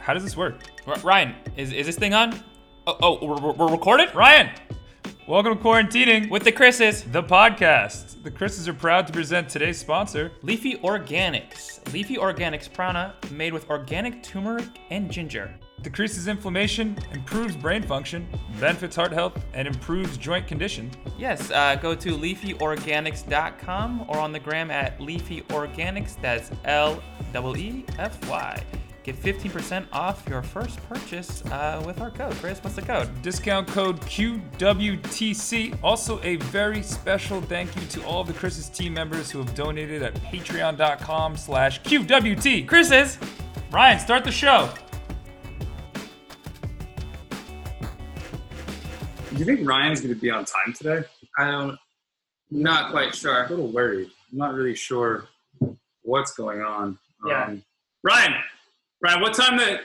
How does this work? R- Ryan, is, is this thing on? Oh, oh we're, we're- we're recorded? Ryan, welcome to Quarantining with With the Chris's, the podcast. The Chris's are proud to present today's sponsor. Leafy Organics. Leafy Organics Prana, made with organic turmeric and ginger. Decreases inflammation, improves brain function, benefits heart health, and improves joint condition. Yes, uh, go to leafyorganics.com or on the gram at leafyorganics. That's L E F Y. Get 15% off your first purchase uh, with our code. Chris, what's the code? Discount code QWTC. Also, a very special thank you to all of the Chris's team members who have donated at patreon.com slash QWT. Chris's! Ryan, start the show. Do you think Ryan's going to be on time today? I don't, not quite I'm a sure. little worried. I'm not really sure what's going on. Yeah. Um, Ryan, Ryan, what time the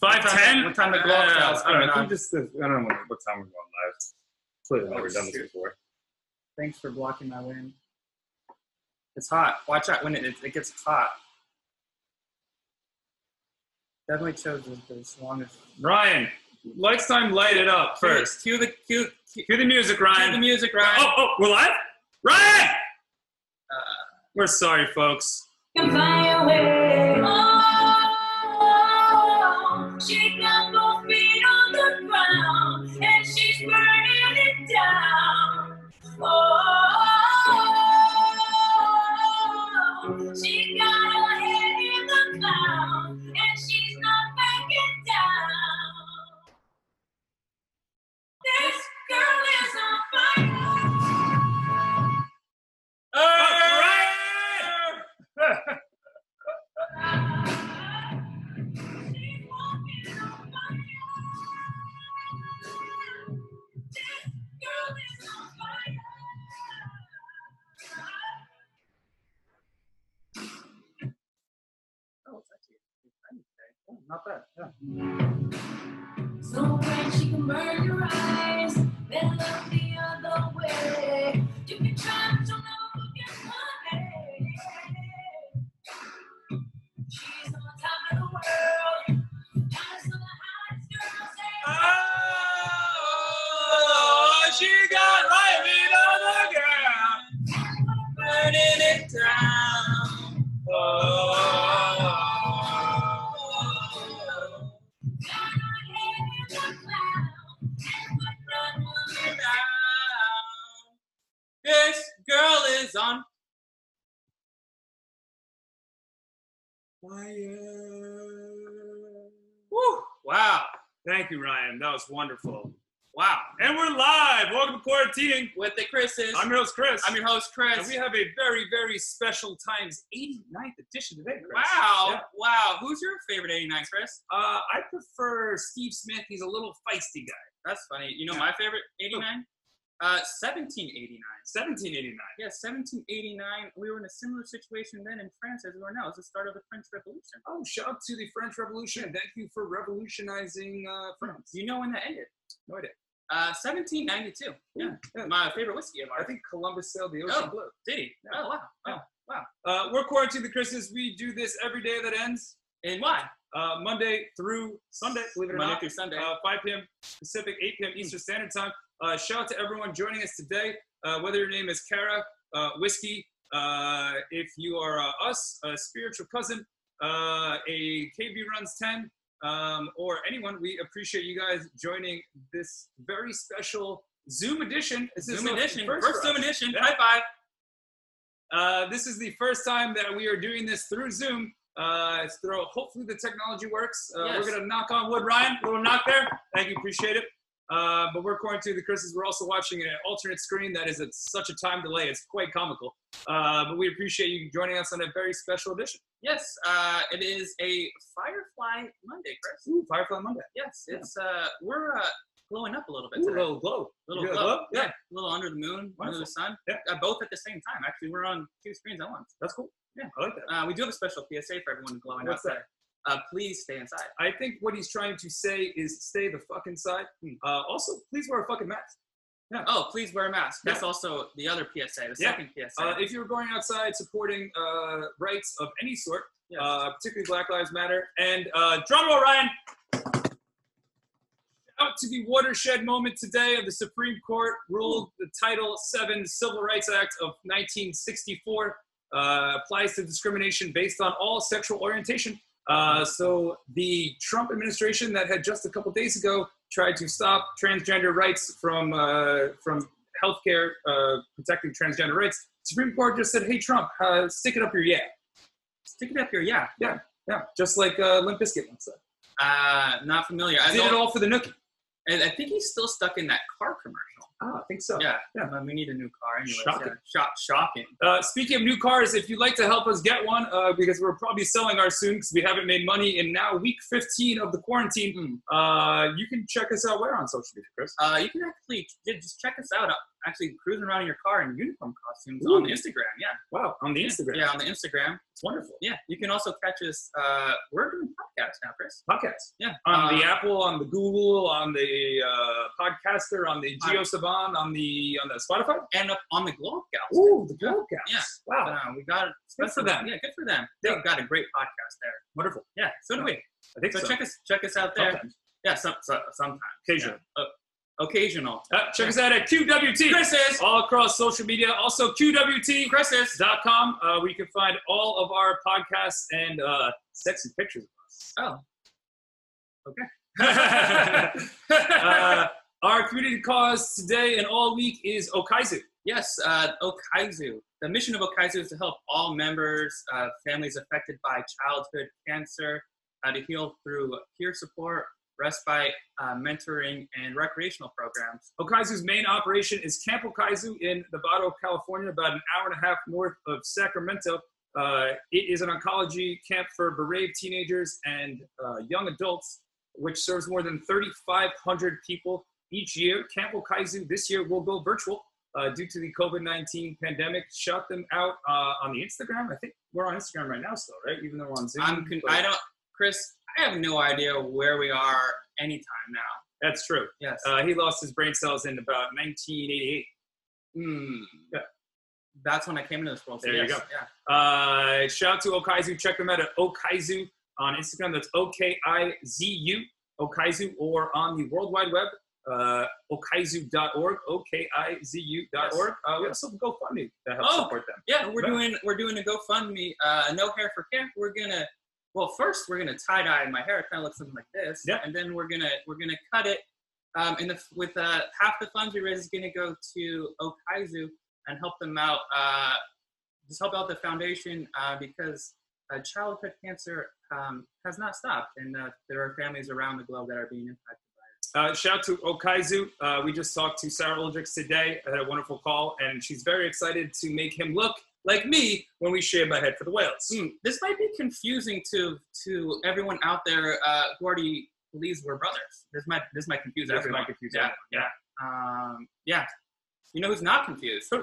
five ten? what time the I golf don't know. shot's I don't coming know. on? I'm just. I don't know what time we're going live. Clearly, Oh, never done this shoot. before. Thanks for blocking my wind. It's hot. Watch out when it, it, it gets hot. Definitely chose the, the longest. Ryan, next time, light it up first. Cue the, cue, cue, Cue the music, cue the Ryan. music, Ryan. Oh, oh, we're live. Ryan, we're sorry, folks. can find a way. Oh, she got both feet on the ground and she's burning it down. Oh, she got her head in the clouds and she's not backing down. This girl is on fire. Ryan! She's walking on fire. This girl is on fire. Oh, it's actually okay. Oh, not bad. Yeah. So bright she can burn your eyes, then look the other way. You can try to know your money. She's on top of the world, hottest of the hottest girls. in the Oh, she got lightning on the ground, burning it down. Oh. world. Got her head in the clouds, and what run will it This girl is on fire. Woo! Wow. Thank you, Ryan. That was wonderful. Wow. And we're live. Welcome to Quarantining. With the Chris's. I'm your host, Chris. I'm your host, Chris. And we have a very, very special times 89th edition today, Chris. wow, Yeah. wow. Who's your favorite 89 Chris? Uh, I prefer Steve Smith. He's a little feisty guy. That's funny. You know my favorite 89? Uh, 1789. 1789. Yeah, 1789. We were in a similar situation then in France as we are now. It's the start of the French Revolution. Oh, shout out to the French Revolution. Thank you for revolutionizing uh, France. Do you know when that ended? No idea. Uh, 1792. Yeah. Yeah. My favorite whiskey of I ours. think Columbus sailed the ocean Oh. blue. Did he? Yeah. Oh, wow. Yeah. Oh. Uh, we're quarantined the Christmas. We do this every day that ends And why? uh, Monday through Sunday, believe it or Monday not. through Sunday. Hmm. uh, 5 p.m. Pacific, 8 p.m. Eastern Standard Time. Uh, shout out to everyone joining us today, uh, whether your name is Kara, uh, Whiskey, uh, if you are uh, us, a spiritual cousin, uh, a KB Runs 10, um, or anyone, we appreciate you guys joining this very special Zoom edition. This is Zoom the edition. first First, for Zoom us. edition. Yeah. High five. Uh, this is the first time that we are doing this through Zoom. Uh, it's through, hopefully the technology works. Uh, Yes. We're gonna knock on wood, Ryan. Little knock there. Thank you, appreciate it. Uh, but we're going to the Chris's. We're also watching an alternate screen that is at such a time delay. It's quite comical. Uh, but we appreciate you joining us on a very special edition. Yes, uh, it is a Firefly Monday, Chris. Ooh, Firefly Monday. Yes, it's uh, we're uh, glowing up a little bit Ooh, today. little glow. little You got a glow. Yeah. Yeah. a little under the moon, under Wonderful. the sun. Yeah. Uh, both at the same time. Actually, we're on two screens at once. that's cool. Yeah. I like that. Uh, we do have a special PSA for everyone glowing What's outside. Uh, please stay inside. I think what he's trying to say is stay the fuck inside. Hmm. Uh, also, please wear a fucking mask. Oh, please wear a mask. That's also the other PSA, the Yeah. second PSA. Uh, if you're going outside supporting uh, rights of any sort, uh, particularly Black Lives Matter. And uh, drumroll, Ryan. Out to the watershed moment today of the Supreme Court ruled the Title VII Civil Rights Act of 1964 uh, applies to discrimination based on all sexual orientation. Uh, so the Trump administration that had just a couple days ago tried to stop transgender rights from uh, from healthcare uh, protecting transgender rights. Supreme Court just said, "Hey Trump, uh, stick it up your yeah, Stick it up here. Yeah. yeah, yeah," just like uh, Limp Bizkit once said. Uh, not familiar. I, Did it don't- all for the nookie. I, I think he's still stuck in that car commercial. Ah, I think so. Yeah. Yeah. but we need a new car. Anyways, Shocking. Yeah. Shock, shocking. Uh, speaking of new cars, if you'd like to help us get one, uh, because we're probably selling ours soon because we haven't made money in now week 15 of the quarantine, uh, you can check us out where on social media, Chris? Hmm. Uh, you can actually yeah, just check us out. uh, Actually, cruising around in your car in uniform costumes Ooh. on Instagram. Yeah. Wow, on the hmm. Yeah. Instagram. Yeah, on the Instagram. It's wonderful. Yeah, you can also catch us. Uh, we're doing podcasts now, Chris. Podcast. Yeah, On the uh, Apple, on the Google, on the uh, Podcaster, on the On- Geo Saban, on the on the Spotify. and up on the Globe Gals. Ooh, the podcast. Yeah. Wow. Uh, we got Good for them. Yeah, good for them. They've got a great podcast there. Wonderful. Yeah, so do we. I think So, so. check us check us out there. Sometimes. Yeah, some, so, sometimes. Occasionally. Yeah. Uh, occasional. Uh, check us out at QWT. Chris's. All across social media. Also, QWT. Chris's. com, uh, where you can find all of our podcasts and uh, sexy pictures Oh. of us. uh, our community cause today and all week is Okaizu. Yes, uh, Okaizu. The mission of Okaizu is to help all members, uh, families affected by childhood cancer, uh, to heal through peer support, respite, uh, mentoring, and recreational programs. Okaizu's main operation is Camp Okaizu in Novato, California, about an hour and a half north of Sacramento. Uh, it is an oncology camp for bereaved teenagers and uh, young adults, which serves more than 3,500 people each year. Camp Okaizu this year will go virtual uh, due to the COVID 19 pandemic. Shout them out uh, on the Instagram. I think we're on Instagram right now, still, right? Even though we're on Zoom. I'm con- but I don't, Chris, I have no idea where we are anytime now. that's true. Yes. Uh, he lost his brain cells in about 1988. Mm. Yeah. That's when I came into this world. so There you yes, go. Yeah. Uh, shout out to Okaizu. Check them out at Okaizu on Instagram. That's O K I Z U, Okaizu, or on the World Wide Web, uh, okaizu.org, O K I Z U.org. Uh, we have some GoFundMe that helps Oh. support them. Yeah, we're Yeah. doing we're doing a GoFundMe, uh, no hair for camp. We're gonna well first we're gonna tie dye my hair. It kind of looks something like this. Yeah. And then we're gonna we're gonna cut it. Um, and the, with uh, half the funds we raise is gonna go to Okaizu and help them out. Uh, just help out the foundation uh, because uh, childhood cancer um, has not stopped, and uh, there are families around the globe that are being impacted. Uh, shout out to Okaizu. Uh, we just talked to Sarah Oldrich today. I had a wonderful call, and she's very excited to make him look like me when we shave my head for the whales. Hmm, this might be confusing to to everyone out there uh, who already believes we're brothers. This might this might confuse This everyone. might confuse yeah, yeah, um, yeah. You know who's not confused? Uh,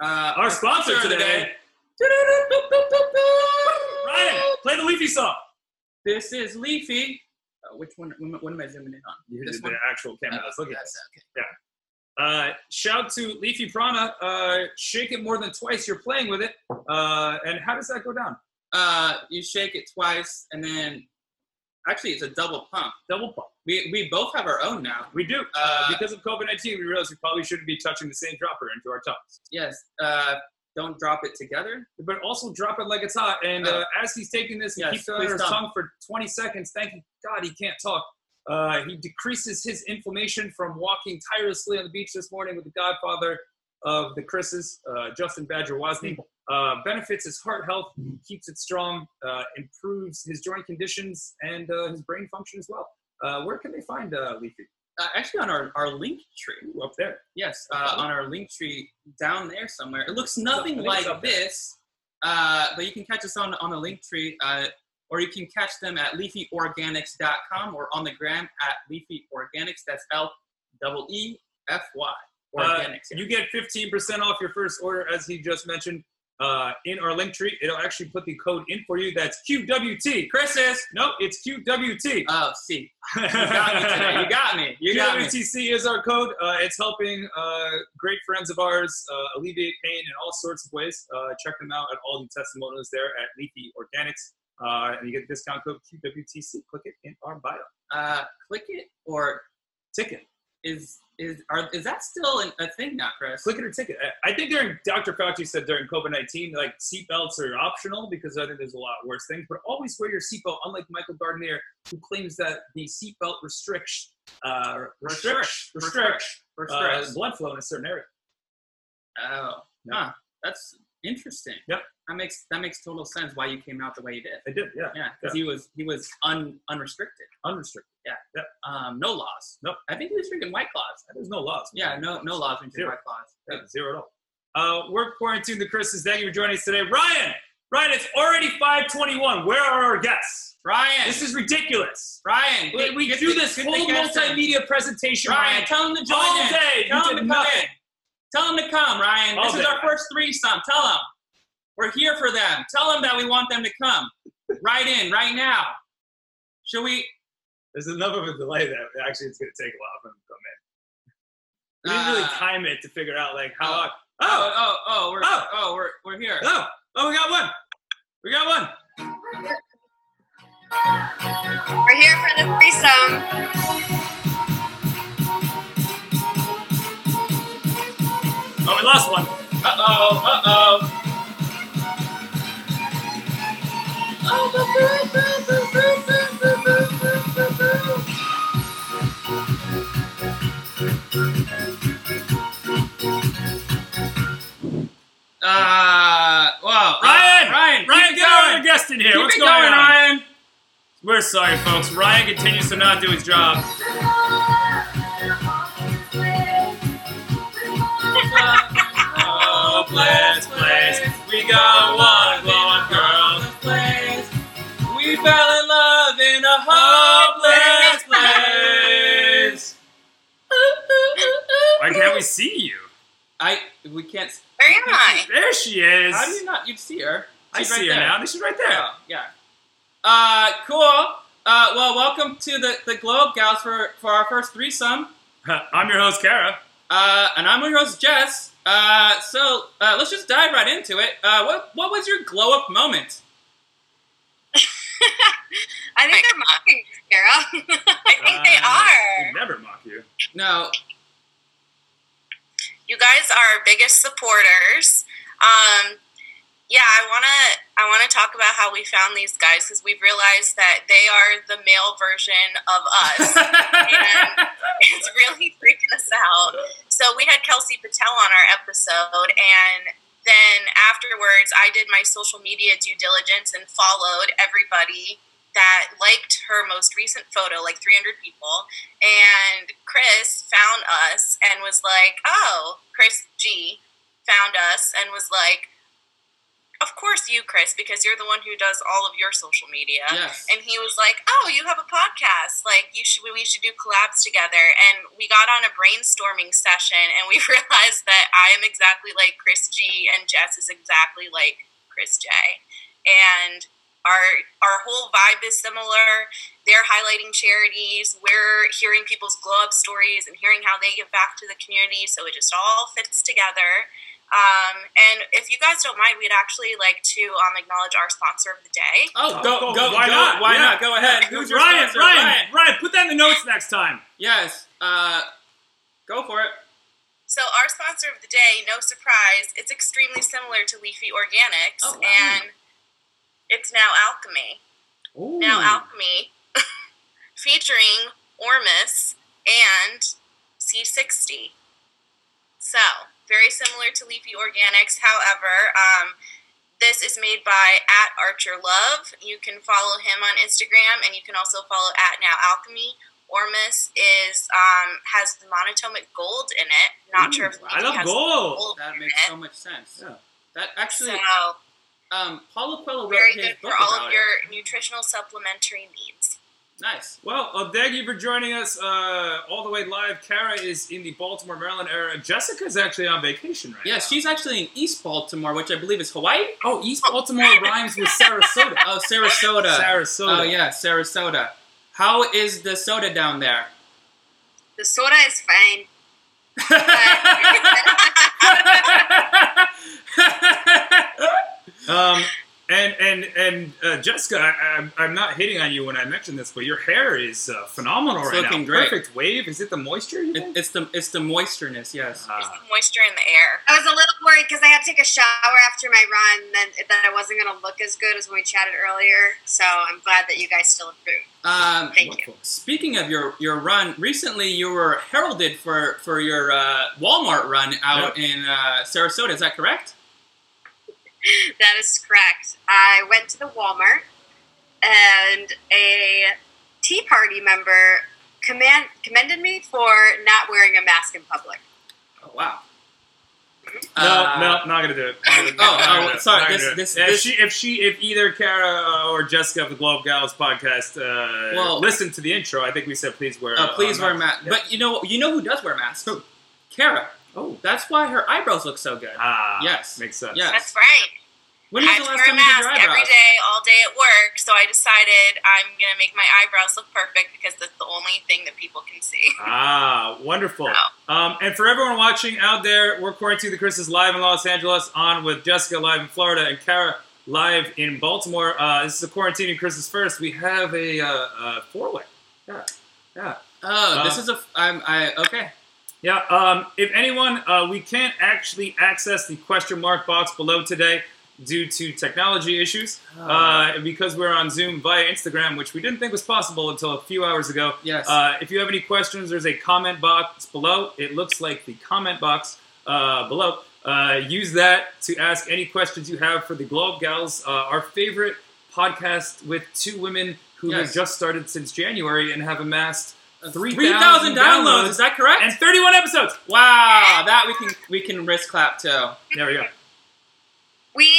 Our sponsor today, Ryan, play the Leafy song. This is Leafy. Uh, which one? What what am I zooming in on? You This did one? the actual camera. Let's look at That's this. Uh, shout to Leafy Prana. Uh, shake it more than twice. You're playing with it. Uh, and how does that go down? it. Uh, you shake it twice, and then actually it's a double pump. Double pump. We we both have our own now. We do. Uh, Uh, because of COVID 19, we realized we probably shouldn't be touching the same dropper into our tongues. Yes. Uh, don't drop it together. But also drop it like it's hot. And uh, as he's taking this, he Yes, keeps it on please his don't. tongue for 20 seconds. Thank you, God, he can't talk. Uh, he decreases his inflammation from walking tirelessly on the beach this morning with the godfather of the Chris's, uh, Justin Badger Wozni. Uh, benefits his heart health, keeps it strong, uh, improves his joint conditions and uh, his brain function as well. Uh, where can they find uh, Leafy? uh, actually on our, our link tree. Ooh, up there. Yes, uh, on our link tree down there somewhere. It looks nothing I think it's like up there. this, uh, but you can catch us on, on the link tree, uh, or you can catch them at leafyorganics.com or on the gram at leafyorganics. That's L double E F Y. Uh, Organics. yeah. You get 15% off your first order, as he just mentioned, uh, in our link tree. It'll actually put the code in for you. That's QWT. Chris's. No, it's QWT. oh, see, you got me today. You got me. You got me. QWTC is our code. Uh, it's helping uh, great friends of ours uh, alleviate pain in all sorts of ways. Uh, check them out at all the testimonials there at Leafy Organics. Uh, and you get the discount code QWTC. Click it in our bio. Uh, click it or Ticket. is is are is that still an, a thing now, Chris? Click it or ticket. I I think during Dr. Fauci said during COVID 19, like seatbelts are optional because I think there's a lot worse things, but always wear your seatbelt, unlike Michael Gardner, who claims that the seatbelt restricts, uh, restricts, Restricts. restricts, Or uh, stress? blood flow in a certain area. oh, Yeah. huh. That's interesting. Yep. That makes that makes total sense why you came out the way you did. I did, yeah. Yeah, because he was he was un, unrestricted. Unrestricted. Um, no laws. Nope. I think he was drinking white claws. There's no laws. Yeah, no no laws when you drink Zero. white claws. Yeah, zero at all. Uh, we're quarantined the Chris's. Thank you for joining us today. Ryan! Ryan, it's already 521. Where are our guests? Ryan, This is ridiculous. Ryan, We, get- we get do the- this get the whole guest in. multimedia presentation, Ryan, tell him to join all in. day. Tell you him to did come nothing. in. Tell him to come, Ryan. All this is day. our first threesome. Tell him we're here for them. Tell them that we want them to come right in, right now. Should we? There's enough of a delay that actually it's going to take a while for them to come in. We didn't really Uh, time it to figure out like how oh. long. Oh, Oh, oh, oh, we're Oh. oh, we're we're here. oh, oh, we got one. We got one. We're here for the threesome. Oh, we lost one. Uh oh, uh oh. Uh, wow. Ryan! uh, Ryan, Ryan, keep it get our going. other guest in here. Keep What's it going, going, on? Ryan. We're sorry, folks. Ryan continues to not do his job. Oh, blessed place. We got one glowing girl. Place. We fell in love in a hopeless Hopeless place. place. Why can't we see you? I we can't. s- Where am I? There she is. How do you not? You see her? I She's see right her there. now. She's right there. Yeah, yeah. Uh, cool. Uh, well, welcome to the the Globe Gals for for our first threesome. I'm your host, Kara. Uh, and I'm your host Jess. Uh, so uh, let's just dive right into it. Uh, what what was your glow up moment? I think they're mocking us, Kara. I think they Uh, are. We never mock you. No, You guys are our biggest supporters. Um, yeah, I wanna I wanna talk about how we found these guys because we've realized that they are the male version of us. and it's really freaking us out. So we had Kelsey Patel on our episode, and then afterwards, I did my social media due diligence and followed everybody that liked her most recent photo, like 300 people. And Chris found us and was like, "Oh, Chris G." Found us and was like, "Of course, you, Chris, because you're the one who does all of your social media." yes. and he was like, "Oh, you have a podcast. Like, you should we should do collabs together." And we got on a brainstorming session, and we realized that I am exactly like Chris G, and Jess is exactly like Chris J, and our our whole vibe is similar. They're highlighting charities. We're hearing people's glow up stories and hearing how they give back to the community. So it just all fits together. Um, and if you guys don't mind, we'd actually like to um, acknowledge our sponsor of the day. Oh, Oh, go, go- go, why go, not? Why Yeah. not? Go ahead. Who's Ryan, your Ryan, sponsor? Ryan, put that in the notes next time. Yes. Uh, go for it. So our sponsor of the day, no surprise, it's extremely similar to Leafy Organics, Oh, wow. and it's now Alchemy. Now Alchemy, featuring Ormus and C60. So very similar to Leafy Organics. However, um, this is made by at Archer Love. You can follow him on Instagram, and you can also follow at Now Alchemy. Ormus is um, has monotomic gold in it. Not sure if Ooh, I Leafy love has gold. gold. That makes so much sense. Yeah. That actually, So um, Paulo Coelho wrote very his good book for all about of your nutritional supplementary needs. it. Nice. Well, uh, thank you for joining us uh, all the way live. Kara is in the Baltimore, Maryland area. Jessica's actually on vacation right Yes, now. she's actually in East Baltimore, which I believe is Hawaii. Oh, East Baltimore rhymes with Sarasota. Oh, Sarasota. Sarasota. Oh yeah, Sarasota. How is the soda down there? The soda is fine. Um, And and and uh, Jessica, I, I'm, I'm not hitting on you when I mention this, but your hair is uh, phenomenal It's right now. looking great. Perfect wave. Is it the moisture? You It, think? it's the it's the moisturness, yes. Ah. There's moisture in the air. I was a little worried because I had to take a shower after my run, then that I wasn't going to look as good as when we chatted earlier. So I'm glad that you guys still approve. Um, Thank wonderful. Speaking of your, your run, recently you were heralded for for your uh, Walmart run out in uh, Sarasota. Is that correct? That is correct. I went to the Walmart, and a Tea Party member command, commended me for not wearing a mask in public. Oh wow. No, Uh, no, not gonna do it. Not gonna do it. Not Oh, gonna oh, do it. sorry, Not gonna this- do it. this- if this- she, if she, if either Kara uh, or Jessica of the Globe Gals podcast, uh, Well- listen to the intro. I think we said please wear. Uh, please wear a mask. Yeah. But you know you know who does wear masks? Who? Kara. Oh. That's why her eyebrows look so good. Ah, Yes. makes sense. Yes. That's right. When was I had the to last wear a time you did mask your every eyebrows? day, all day at work, so I decided I'm gonna make my eyebrows look perfect because that's the only thing that people can see. Ah, wonderful. Um, and for everyone watching out there, we're quarantined the Chris's live in Los Angeles, on with Jessica live in Florida and Kara live in Baltimore. Uh, this is the quarantine and Chris's first. We have a, uh, uh four way. Yeah, yeah. Oh, Uh, this is a. f- I'm. I okay. Yeah, um, if anyone, uh, we can't actually access the question mark box below today due to technology issues uh, and because we're on Zoom via Instagram, which we didn't think was possible until a few hours ago. yes. Uh, if you have any questions, there's a comment box below. It looks like the comment box uh, below. Uh, use that to ask any questions you have for the Globe Gals, uh, our favorite podcast with two women who Yes. have just started since January and have amassed Uh, 3,000 downloads. downloads Is that correct? and 31 episodes. wow, that we can we can wrist clap too. There we go. We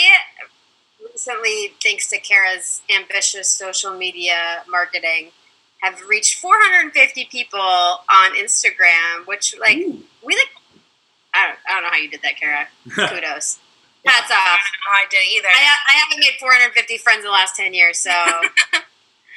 recently, thanks to Kara's ambitious social media marketing, have reached 450 people on Instagram, which like Mm-hmm. we like. I don't, I don't know how you did that, Kara. Kudos. Hats I don't off. know how I did it either. I, I haven't made 450 friends in the last 10 years, so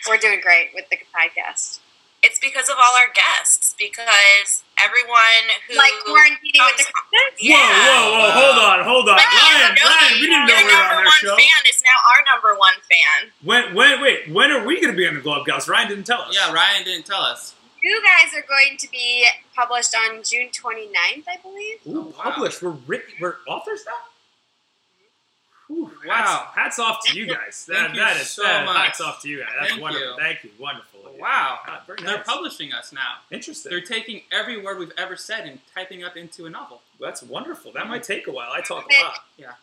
we're doing great with the podcast. It's because of all our guests, because everyone who Like quarantining with the Yeah. Whoa, whoa, whoa! Hold on, hold on, Ryan, Ryan. We didn't know Your we were on number their one show. fan is now our number one fan. When, when, wait, when are we going to be on the Globe Gals? Ryan didn't tell us. Yeah, Ryan didn't tell us. You guys are going to be published on June 29th, I believe. Ooh, Oh, wow. published. We're written. We're authors now. Whew, Wow. Hats, hats off to you guys. That, Thank you that is so that- much. Hats off to you guys. That's Thank wonderful. you. Oh, Thank you. Wonderful. Wow, Ah, very they're nice. publishing us now. Interesting. They're taking every word we've ever said and typing up into a novel. That's wonderful. That might take a while. I talk a Okay. lot.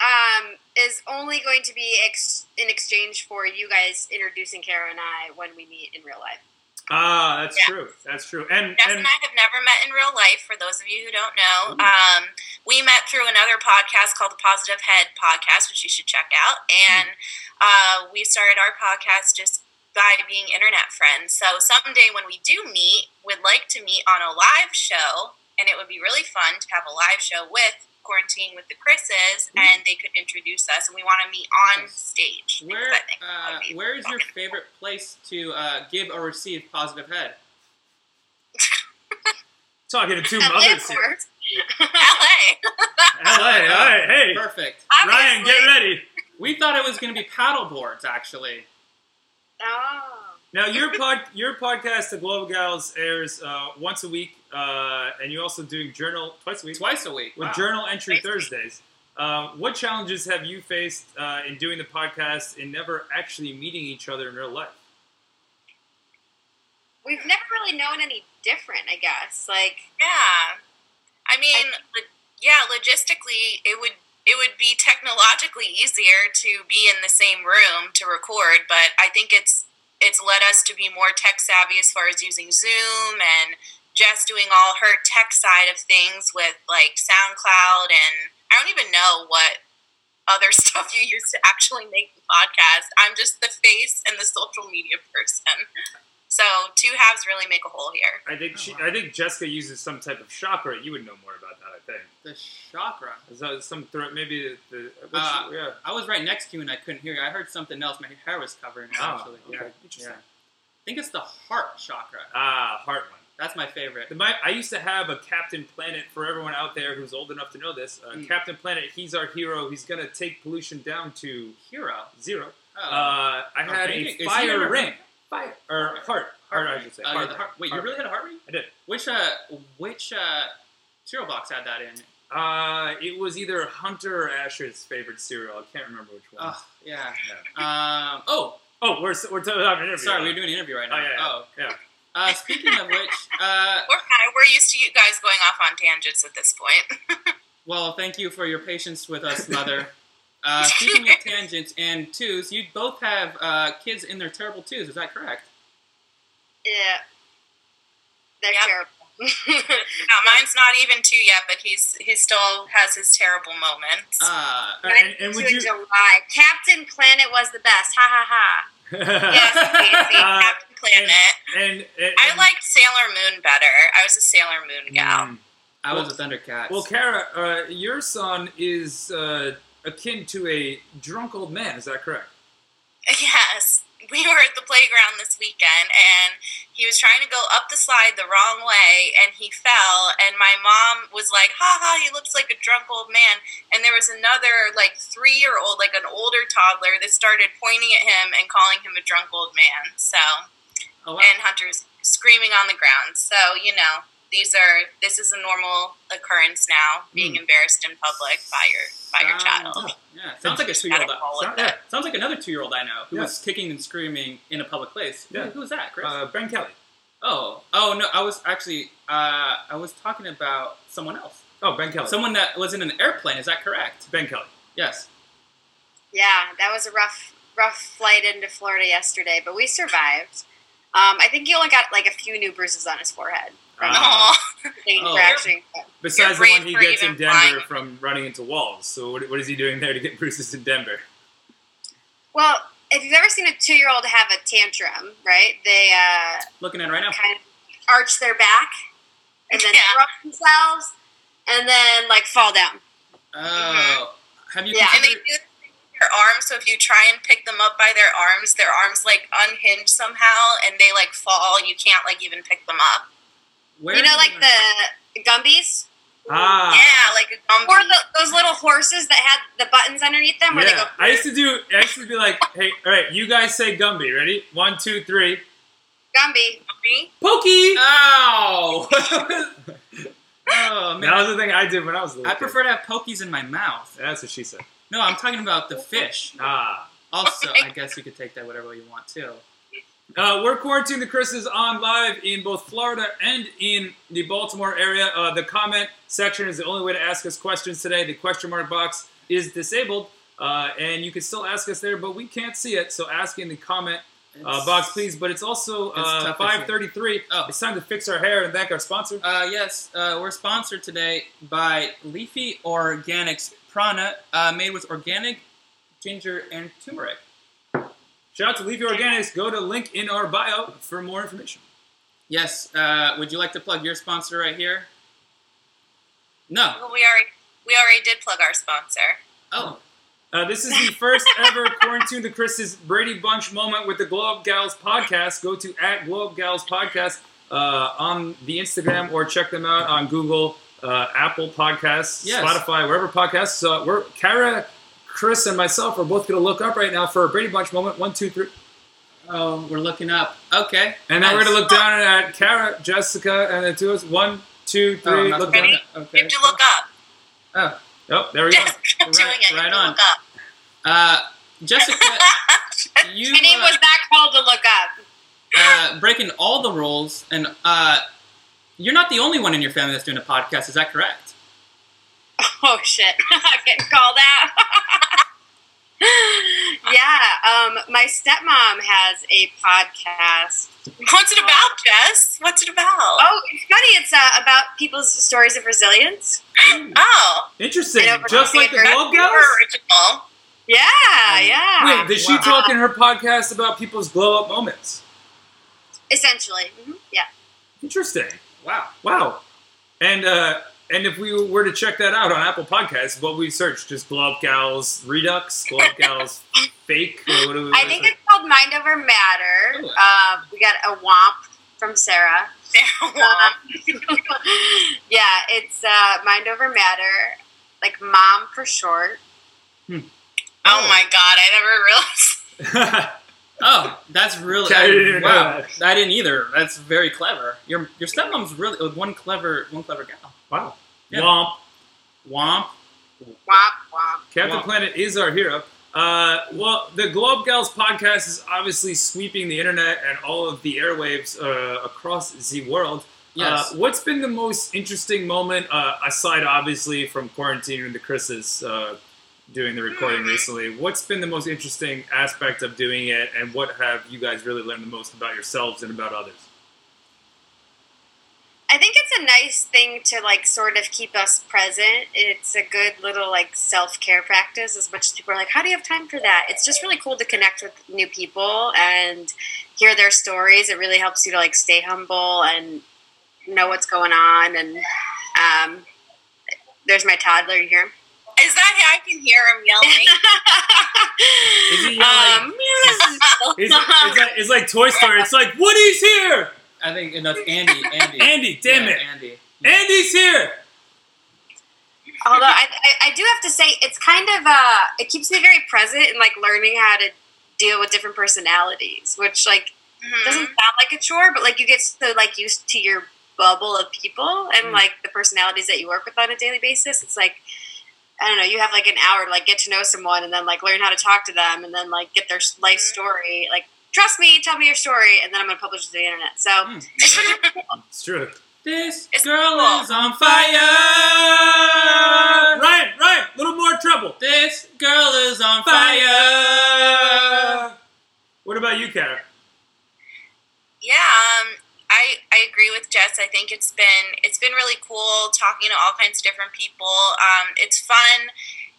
um, is only going to be ex- in exchange for you guys introducing Kara and I when we meet in real life. Ah, that's Yeah. true. That's true. And Jess and and I have never met in real life, for those of you who don't know. Um, we met through another podcast called the Positive Head Podcast, which you should check out. And uh, we started our podcast just by being internet friends. So someday when we do meet, we'd like to meet on a live show. And it would be really fun to have a live show with Quarantine with the Chris's, Mm-hmm. and they could introduce us. And we want to meet on Nice. stage. Where because I think that uh, would be where is your fucking cool. favorite place to uh, give or receive positive head? talking to two At mothers Lamport, here. LA? LA. All right. Hey, Perfect. Ryan, get Obviously. ready. We thought it was going to be paddle boards actually. Oh. Now your pod, your podcast, The Global Gals, airs uh, once a week, uh, and you're also doing journal twice a week Twice a week. with Wow. journal entry Twice a week. Thursdays. Uh, what challenges have you faced uh, in doing the podcast and never actually meeting each other in real life? We've never really known any different, I guess. Like, Yeah, I mean, lo- yeah. Logistically, it would it would be technologically easier to be in the same room to record, but I think it's it's led us to be more tech savvy as far as using Zoom and Jess doing all her tech side of things with like SoundCloud and I don't even know what other stuff you use to actually make the podcast. I'm just the face and the social media person. So two halves really make a whole here. I think she, Oh, wow. I think Jessica uses some type of chakra. You would know more about that, I think. The chakra. Is that some throat? Maybe the, the which, Uh, yeah. I was right next to you and I couldn't hear you. I heard something else. My hair was covering it, Oh, actually. okay. Yeah. Interesting. yeah. I think it's the heart chakra. Ah, heart one. That's my favorite. The- My, I used to have a Captain Planet for everyone out there who's old enough to know this. Uh, Mm. Captain Planet, he's our hero. He's gonna take pollution down to Hero. zero. Oh. Uh, I had okay. Is a he fire ever- ring, fire or heart, heart. I should say. Oh, yeah, heart the rate. heart. Wait, Heart you really had a heart rate? I did. Which uh, which uh, cereal box had that in? it? Uh, it was either Hunter or Asher's favorite cereal. I can't remember which one. Oh yeah. Um. Oh, oh, we're we're talking about an interview. sorry, we're doing an interview right now. Oh, yeah, yeah. Yeah. Uh, speaking of which, uh, We're, we're used to you guys going off on tangents at this point. Well, thank you for your patience with us, Mother. Uh, speaking of tangents and twos, you both have uh, kids in their terrible twos. Is that correct? Yeah. They're Yep. terrible. Now, mine's not even two yet, but he's he still has his terrible moments. Uh, Uh, and, and would to you? July. Captain Planet was the best. Ha ha ha. yes, Casey, Uh, Captain Planet. and, and- I liked Sailor Moon better. I was a Sailor Moon gal. Mm. I was a Thundercat. Well, Kara, uh, your son is uh, akin to a drunk old man. Is that correct? Yes, we were at the playground this weekend, and he was trying to go up the slide the wrong way, and he fell. And my mom was like, "Ha ha, he looks like a drunk old man." And there was another like three year old, like an older toddler, that started pointing at him and calling him a drunk old man. So, oh, wow. and Hunter's screaming on the ground. So, you know, these are this is a normal occurrence now, being embarrassed in public by your by your Sounds- child. Yeah, sounds like a two-year-old. uh, Gotta call it Sounds, that. sounds like another two-year-old I know who Yeah. was kicking and screaming in a public place. Who- Yeah. Who was that, Chris? Uh, ben Kelly. oh, oh no, I was actually uh, I was talking about someone else. Oh, Ben Kelly. Someone that was in an airplane. Is that correct? ben Kelly. Yes. Yeah, that was a rough, rough flight into Florida yesterday, but we survived. Um, I think he only got like a few new bruises on his forehead from Ah. Aw. the Oh. crashing. Besides the brave one he Oh, for gets in even Denver flying. from running into walls. So what, what is he doing there to get bruises in Denver? Well, if you've ever seen a two-year-old have a tantrum, right? They uh, Looking at it right now. kind of arch their back and then Yeah. throw themselves and then like fall down. Oh, have you? Yeah. And they considered- do this thing with their arms, so if you try and pick them up by their arms, their arms like unhinge somehow and they like fall and you can't like even pick them up. where you did know, like learn- the Gumbies Uh-huh. Ah. Yeah, like a gumby. or the, those little horses that had the buttons underneath them where Yeah, I they used to do. I used to be like, "Hey, all right, you guys say Gumby. Ready? One, two, three. go Gumby. Pokey." Ow! oh man, that was the thing I did when I was a little. I kid. prefer to have pokies in my mouth. That's what she said. No, I'm talking about the fish. Ah. Also, I guess you could take that whatever way you want too. Uh, we're quarantined. The Chris is on live in both Florida and in the Baltimore area. Uh, the comment section is the only way to ask us questions today. The question mark box is disabled, uh, and you can still ask us there, but we can't see it. So ask in the comment uh, It's- box, please. But it's also It's tough to uh, see. 5:33. Oh. It's time to fix our hair and thank our sponsor. Uh, yes, uh, we're sponsored today by Leafy Organics Prana, uh, made with organic ginger and turmeric. Shout out to Leafy Organics. Go to link in our bio for more information. Yes. Uh, would you like to plug your sponsor right here? No. Well, we already we already did plug our sponsor. Oh. Uh, this is the first ever Quarantine to Chris's Brady Bunch moment with the Glow Up Gals podcast. Go to at Glow Up Gals podcast uh, on the Instagram or check them out on Google, uh, Apple Podcasts, Yes. Spotify, wherever podcasts. Uh, we're Kara, Chris, and myself are both going to look up right now for a Brady Bunch moment. One, two, three. Oh, we're looking up. Okay. And then we're nice. going to look down at Kara, Jessica, and the two of us. One, two, Oh, I'm three. not look down. supposed to- You Okay. have to look up. Oh. Oh, there we go. Just keep Right- doing it. You right have to on. look up. Uh, Jessica, you My name uh, was not called to look up. uh, breaking all the rules, and uh, you're not the only one in your family that's doing a podcast. Is that correct? Oh shit! I'm getting called out. yeah, um, my stepmom has a podcast. What's it about, Jess? What's it about? Oh, it's funny. It's uh, about people's stories of resilience. Oh, Interesting. And over Just to like the Baker. Glow Up more Gals? original. Yeah, yeah. Wait, does she Wow. talk in her podcast about people's glow up moments? Essentially, hmm yeah. Interesting. Wow. Wow. And uh, and if we were to check that out on Apple Podcasts, what we search just glow up gals redux, glow up gals fake. Or what do we I think it's called Mind Over Matter. Um, Ooh. Uh, we got a womp from Sarah. down. Mom. yeah, it's uh, Mind Over Matter, like MOM for short. Mm. Oh my god, I never realized. Oh, that's really Okay, I didn't even know wow. that. I didn't either. That's very clever. Your your stepmom's really uh, one clever one clever gal. wow. Yeah. Womp. Womp. Womp womp. Captain Wow. Planet is our hero. Uh, well, the Globe Gals podcast is obviously sweeping the internet and all of the airwaves uh, across the world. Yes. Uh, what's been the most interesting moment, uh, aside obviously from quarantine and the Chris's uh, doing the recording recently? What's been the most interesting aspect of doing it, and what have you guys really learned the most about yourselves and about others? I think it's a nice thing to like sort of keep us present. It's a good little like self care practice. As much as people are like, "How do you have time for that?" It's just really cool to connect with new people and hear their stories. It really helps you to like stay humble and know what's going on. And um, there's my toddler You hear him? Is that how I can hear him yelling? Is he yelling? Um, Is it, it's, like, it's like Toy Story. It's like Woody's here. I think and that's Andy. Andy. Andy, damn Yeah, it. Andy. Andy's here. Although I, I, I do have to say, it's kind of uh, it keeps me very present in like learning how to deal with different personalities, which like doesn't Mhm. sound like a chore, but like you get so like used to your bubble of people and Mm. like the personalities that you work with on a daily basis. It's like I don't know, you have like an hour to like get to know someone and then like learn how to talk to them and then like get their s- life Mhm. story. Like trust me, tell me your story, and then I'm gonna publish it to the internet. So Um, Mm. it's pretty It's true. This It's girl cool. is on fire. Ryan, Ryan, little more trouble. This girl is on fire. Fire. What about you, Kara? Yeah, um, I I agree with Jess. I think it's been it's been really cool talking to all kinds of different people. Um, it's fun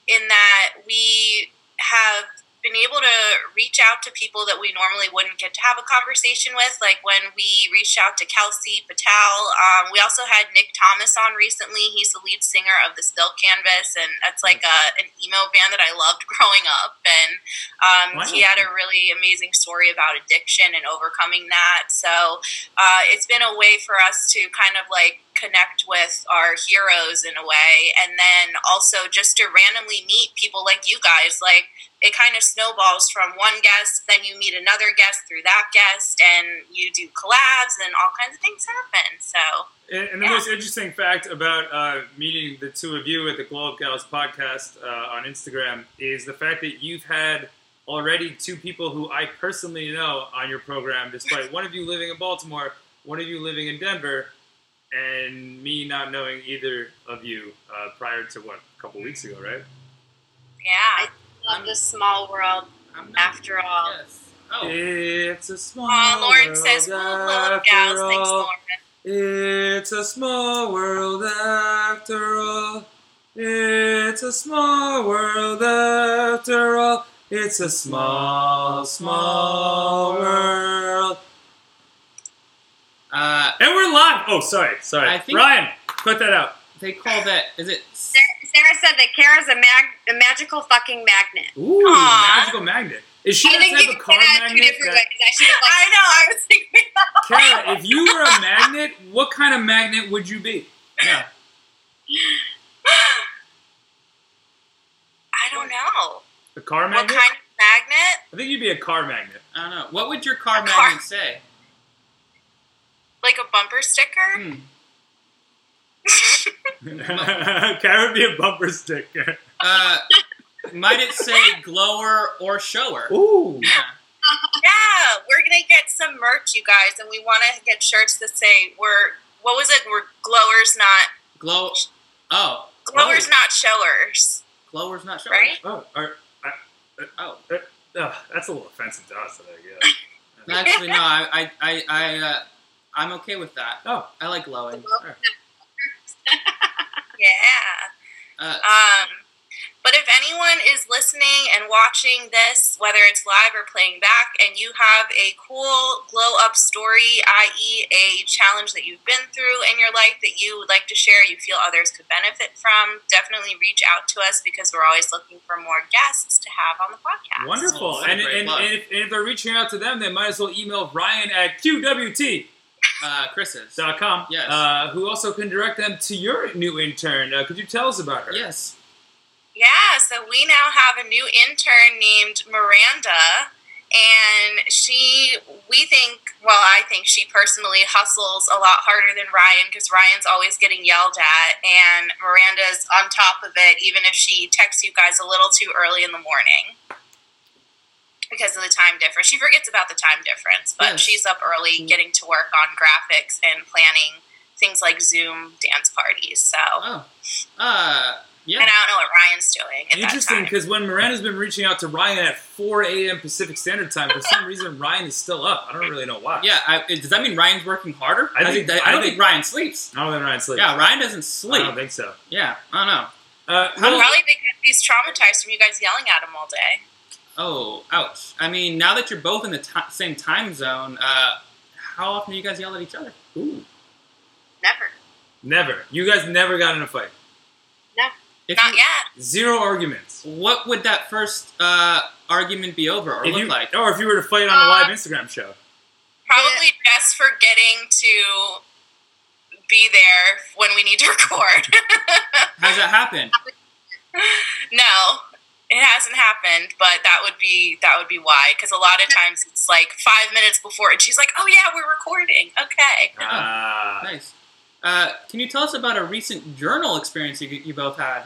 in that we have been able to reach out to people that we normally wouldn't get to have a conversation with. Like when we reached out to Kelsey Patel. Um, we also had Nick Thomas on recently. He's the lead singer of the Spill Canvas, and that's like a, an emo band that I loved growing up. And um, Wow. He had a really amazing story about addiction and overcoming that. So uh, it's been a way for us to kind of like connect with our heroes in a way. And then also just to randomly meet people like you guys. Like it kind of snowballs from one guest, then you meet another guest through that guest, and you do collabs, and all kinds of things happen. So And, and the Yeah. most interesting fact about uh, meeting the two of you at the Globe Gals podcast uh, on Instagram is the fact that you've had already two people who I personally know on your program, despite one of you living in Baltimore, one of you living in Denver, and me not knowing either of you uh, prior to what a couple weeks ago, right? yeah. love this small world I'm not- after all. Yes. Oh. It's a small Uh, Aw, Lauren world Oh, says, "We'll love after gals." Thanks, all. Lauren. It's a small world after all. It's a small world after all. It's a small, small world. Uh, And we're live. Oh, sorry, sorry. I think- Ryan, cut that out. they call that. Is it? s- Sarah, Sarah said that Kara's a, mag- a magical fucking magnet. Ooh, Aw. magical magnet. Is she Ah. I the think you type of can car say that two magnet? different That, ways. I should have like I know. I was thinking. Kara, if you were a magnet, what kind of magnet would you be? Yeah. I don't know. A car What magnet? kind of magnet? I think you'd be a car magnet. I don't know. What would your car A car- magnet say? Like a bumper sticker? Hmm. Kara would be a bumper sticker. Uh, might it say glower or shower? Ooh. Yeah. yeah, we're gonna get some merch, you guys, and we want to get shirts that say we're what was it? We're glowers, not Glow. Oh, glowers, not showers, glower's not shower. right? Oh, are, Oh, uh, that's a little offensive to us, I guess. actually, no. I, I, I, I uh, I'm okay with that. Oh. I like glowing. Yeah. Uh, Um, but if anyone is listening and watching this, whether it's live or playing back, and you have a cool glow up story, i.e., a challenge that you've been through in your life that you would like to share, you feel others could benefit from, definitely reach out to us because we're always looking for more guests to have on the podcast. Wonderful. That's a And, great and, plug. and, if, and if they're reaching out to them, they might as well email Ryan at QWT Uh, Chris's. dot com. Yes. Uh, who also can direct them to your new intern? Uh, could you tell us about her? Yes. Yeah, so we now have a new intern named Miranda, and she, we think, well, I think she personally hustles a lot harder than Ryan because Ryan's always getting yelled at, and Miranda's on top of it, even if she texts you guys a little too early in the morning because of the time difference. She forgets about the time difference, but Yes. she's up early getting to work on graphics and planning things like Zoom dance parties. So. Oh. Uh, yeah. And I don't know what Ryan's doing. At Interesting, That time. because when Miranda's been reaching out to Ryan at 4 a.m. Pacific Standard Time, for some reason Ryan is still up. I don't really know why. Yeah. I, does that mean Ryan's working harder? I think- that, I I don't think- think Ryan sleeps. I don't think Ryan sleeps. Yeah, Ryan doesn't I sleep. don't think so. yeah, I don't know. Uh, How well, do Probably because he's traumatized from you guys yelling at him all day. Oh, ouch. I mean, now that you're both in the ti same time zone, uh, how often do you guys yell at each other? Never. never. You guys never got in a fight. If Not you- yet. Zero arguments. What would that first uh, argument be over or if look you, like? Ah. Or if you were to fight on a live Instagram show. Probably just forgetting to be there when we need to record. Has that happened? no, it hasn't happened, but that would be that would be why. Because a lot of times it's like five minutes before, and she's like, "Oh yeah, we're recording. Okay." Ah. Nice. Uh, can you tell us about a recent journal experience you, you both had?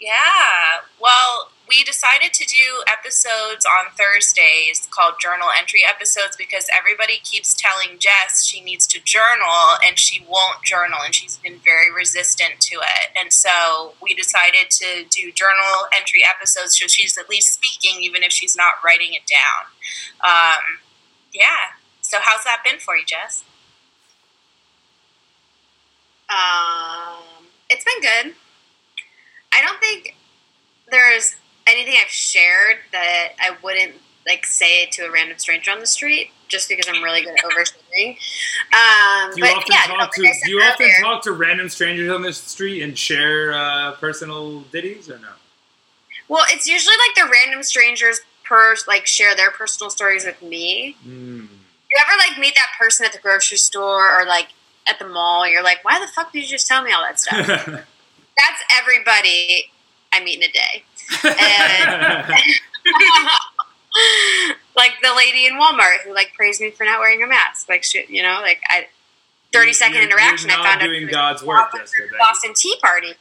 Yeah. Well, we decided to do episodes on Thursdays called journal entry episodes because everybody keeps telling Jess she needs to journal and she won't journal and she's been very resistant to it. And so we decided to do journal entry episodes so she's at least speaking even if she's not writing it down. Um, yeah. So how's that been for you, Jess? Um, it's been good. I don't think there's anything I've shared that I wouldn't like say to a random stranger on the street, just because I'm really good at oversharing. Um, Do you but often yeah, no, talk like I to said do you often earlier, talk to random strangers on the street and share uh, personal ditties or no? Well, it's usually like the random strangers per like share their personal stories with me. Mm. You ever like meet that person at the grocery store or like at the mall? You're like, why the fuck did you just tell me all that stuff? That's everybody I meet in a day. And like the lady in Walmart who like praised me for not wearing a mask. Like shit, you know, like I thirty second You're- interaction. You're I not found out doing it was God's work, Jessica. the thank you. Boston Tea Party.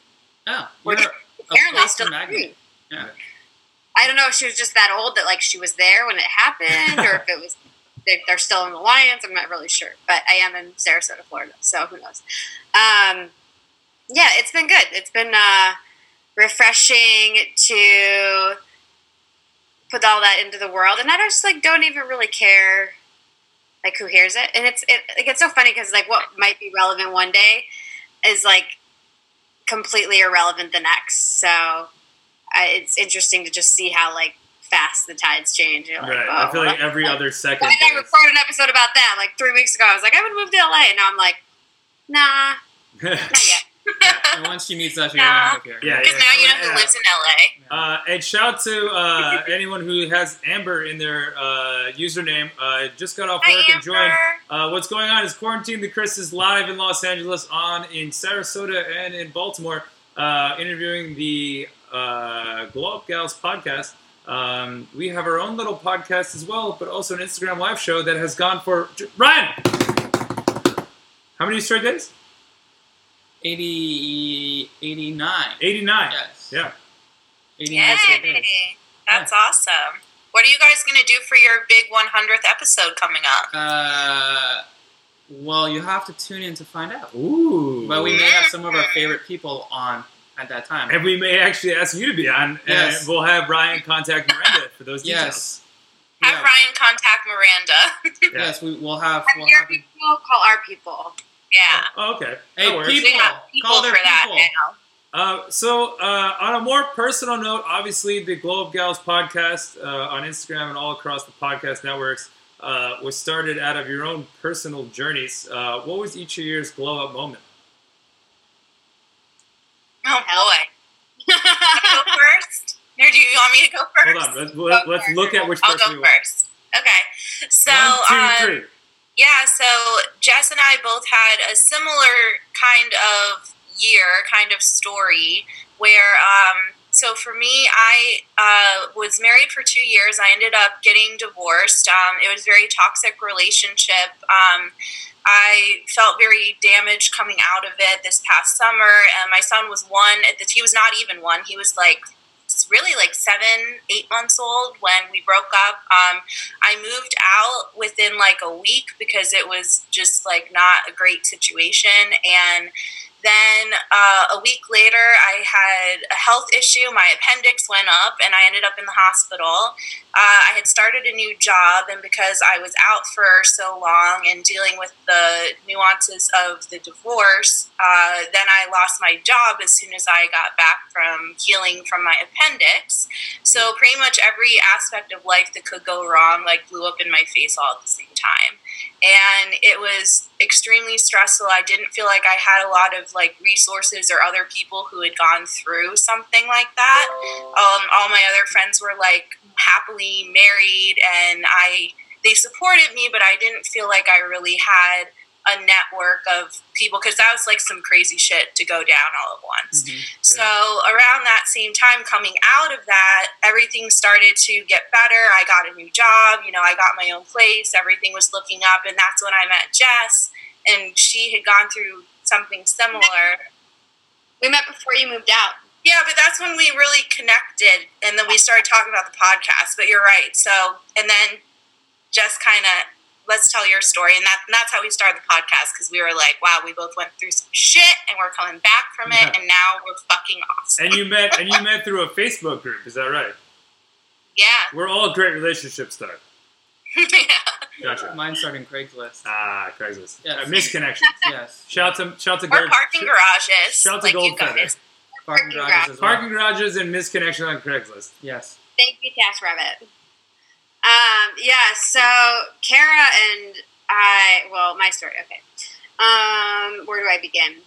Oh, We're you're a Apparently, Boston still magnet. free. Yeah. I don't know if she was just that old that like she was there when it happened, or if it was they, they're still in the Lions. I'm not really sure, but I am in Sarasota, Florida, so who knows? Um, yeah, it's been good. It's been uh, refreshing to put all that into the world, and I just like don't even really care like who hears it. And it's it, like, it's so funny because like what might be relevant one day is like completely irrelevant the next. So uh, it's interesting to just see how like fast the tides change. You're like, Right. oh, I feel like every other second. why did I is- record an episode about that? Like three weeks ago, I was like, I would move to LA, and now I'm like, nah, not yet. And once she meets us, you're gonna Nah. live here. Yeah, Because now you know yeah. who lives in LA. Uh, and shout out to uh, anyone who has Amber in their uh, username. Uh, just got off work Hi, and joined. Amber. Uh, what's going on is Quarantine the Chris is live in Los Angeles, on in Sarasota and in Baltimore, uh, interviewing the uh, Glow Up Gals podcast. Um, we have our own little podcast as well, but also an Instagram live show that has gone for Ryan. How many straight days? 80, 89. Eighty-nine. Yes. Yeah. 89 straight days. Yay! That's awesome. What are you guys going to do for your big 100th episode coming up? Uh, well, you have to tune in to find out. Ooh. But we may have some of our favorite people on at that time. And we may actually ask you to be on, Yes. and we'll have Ryan contact Miranda for those details. yes. Have Yeah. Ryan contact Miranda. Yeah. Yes, we will have. Have We'll your have people call our people. yeah. Oh, okay. That Hey, works. people, We have people call for their that people. now. Uh, so, uh, on a more personal note, obviously, the Glow Up Gals podcast uh, on Instagram and all across the podcast networks uh, was started out of your own personal journeys. Uh, what was each of your glow up moment? Oh, boy. Can I go first? Or do you want me to go first? Hold on. Let's, let, us let us look at which I'll person go we want. first. Okay. So, One, two, um, three. Yeah, so Jess and I both had a similar kind of year, kind of story, where, um, so for me, I uh, was married for two years. I ended up getting divorced. Um, it was a very toxic relationship. Um, I felt very damaged coming out of it this past summer. And my son was one at the, he was not even one. He was like really like seven, eight months old when we broke up. Um, I moved out within like a week because it was just like not a great situation. And then uh, a week later, I had a health issue. My appendix went up and I ended up in the hospital. Uh, I had started a new job, and because I was out for so long and dealing with the nuances of the divorce, uh, then I lost my job as soon as I got back from healing from my appendix. So, pretty much every aspect of life that could go wrong, like, blew up in my face all at the same time and it was extremely stressful. I didn't feel like I had a lot of like resources or other people who had gone through something like that. Um, all my other friends were like happily married, and I they supported me, but I didn't feel like I really had a network of people because that was like some crazy shit to go down all at once. Mm-hmm. So around that same time, coming out of that, everything started to get better. I got a new job. You know, I got my own place. Everything was looking up, and that's when I met Jess, and she had gone through something similar. We met before you moved out. Yeah, but that's when we really connected, and then we started talking about the podcast. But you're right. So, and then just kind of let's tell your story, and that and that's how we started the podcast because we were like, wow, we both went through some shit, and we're coming back from it, and now we're fucking awesome. And you met and you met through a Facebook group, is that right? yeah. We're all great relationship start. yeah. Gotcha. Mine started in Craigslist. Ah, Craigslist. Yes. A misconnection. Yes. Shout to shout to Or Gold. parking garages. shout to like you Goldfeather. guys. Parking garages as well. Parking garages and misconnection on Craigslist. Yes. Thank you, TaskRabbit. Um, yeah, so Kara and I, well, my story, okay. Um, where do I begin?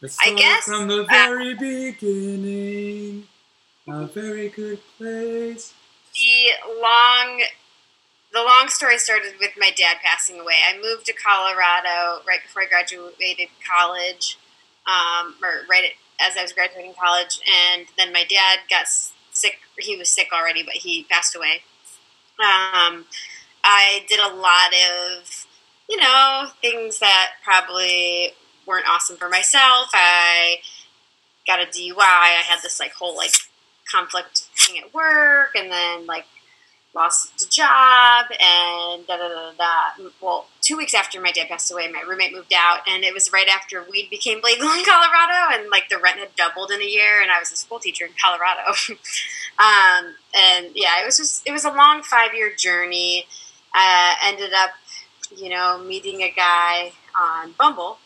The I start guess, from the uh, very beginning, a very good place. The long, the long story started with my dad passing away. I moved to Colorado right before I graduated college, um, or right at, as I was graduating college, and then my dad got s- sick. He was sick already, but he passed away. Um, I did a lot of, you know, things that probably weren't awesome for myself. I got a DUI. I had this like whole like conflict thing at work, and then like lost the job, and da da da da. da. Well, two weeks after my dad passed away, my roommate moved out, and it was right after weed became legal in Colorado, and like the rent had doubled in a year, and I was a school teacher in Colorado. um, and yeah, it was just it was a long five year journey. Uh, ended up, you know, meeting a guy on Bumble,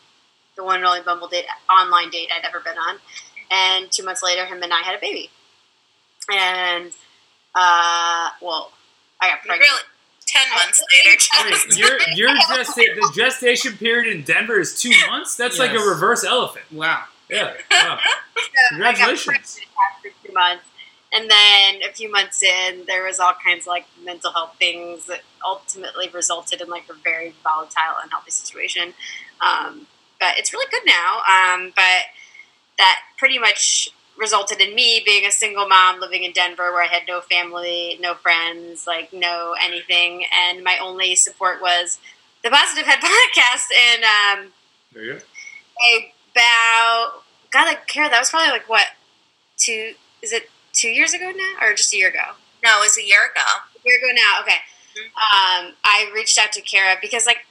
the one and only Bumble date online date I'd ever been on and two months later, him and I had a baby. And uh, well, I got pregnant. Really, ten months later. Wait, your your gesta- the gestation period in Denver is two months. That's like a Yes. reverse elephant. Wow. Yeah. Wow. I Congratulations. got pregnant after two months, and then a few months in, there was all kinds of like mental health things that ultimately resulted in like a very volatile, unhealthy situation. Um, but it's really good now. Um, but that pretty much resulted in me being a single mom living in Denver where I had no family, no friends, like no anything. And my only support was the Positive Head podcast. And um, There you go. about, God, like, Kara, that was probably like what, two, is it two years ago now or just a year ago? no, it was a year ago. Mm-hmm. A year ago now, okay. Um, I reached out to Kara because like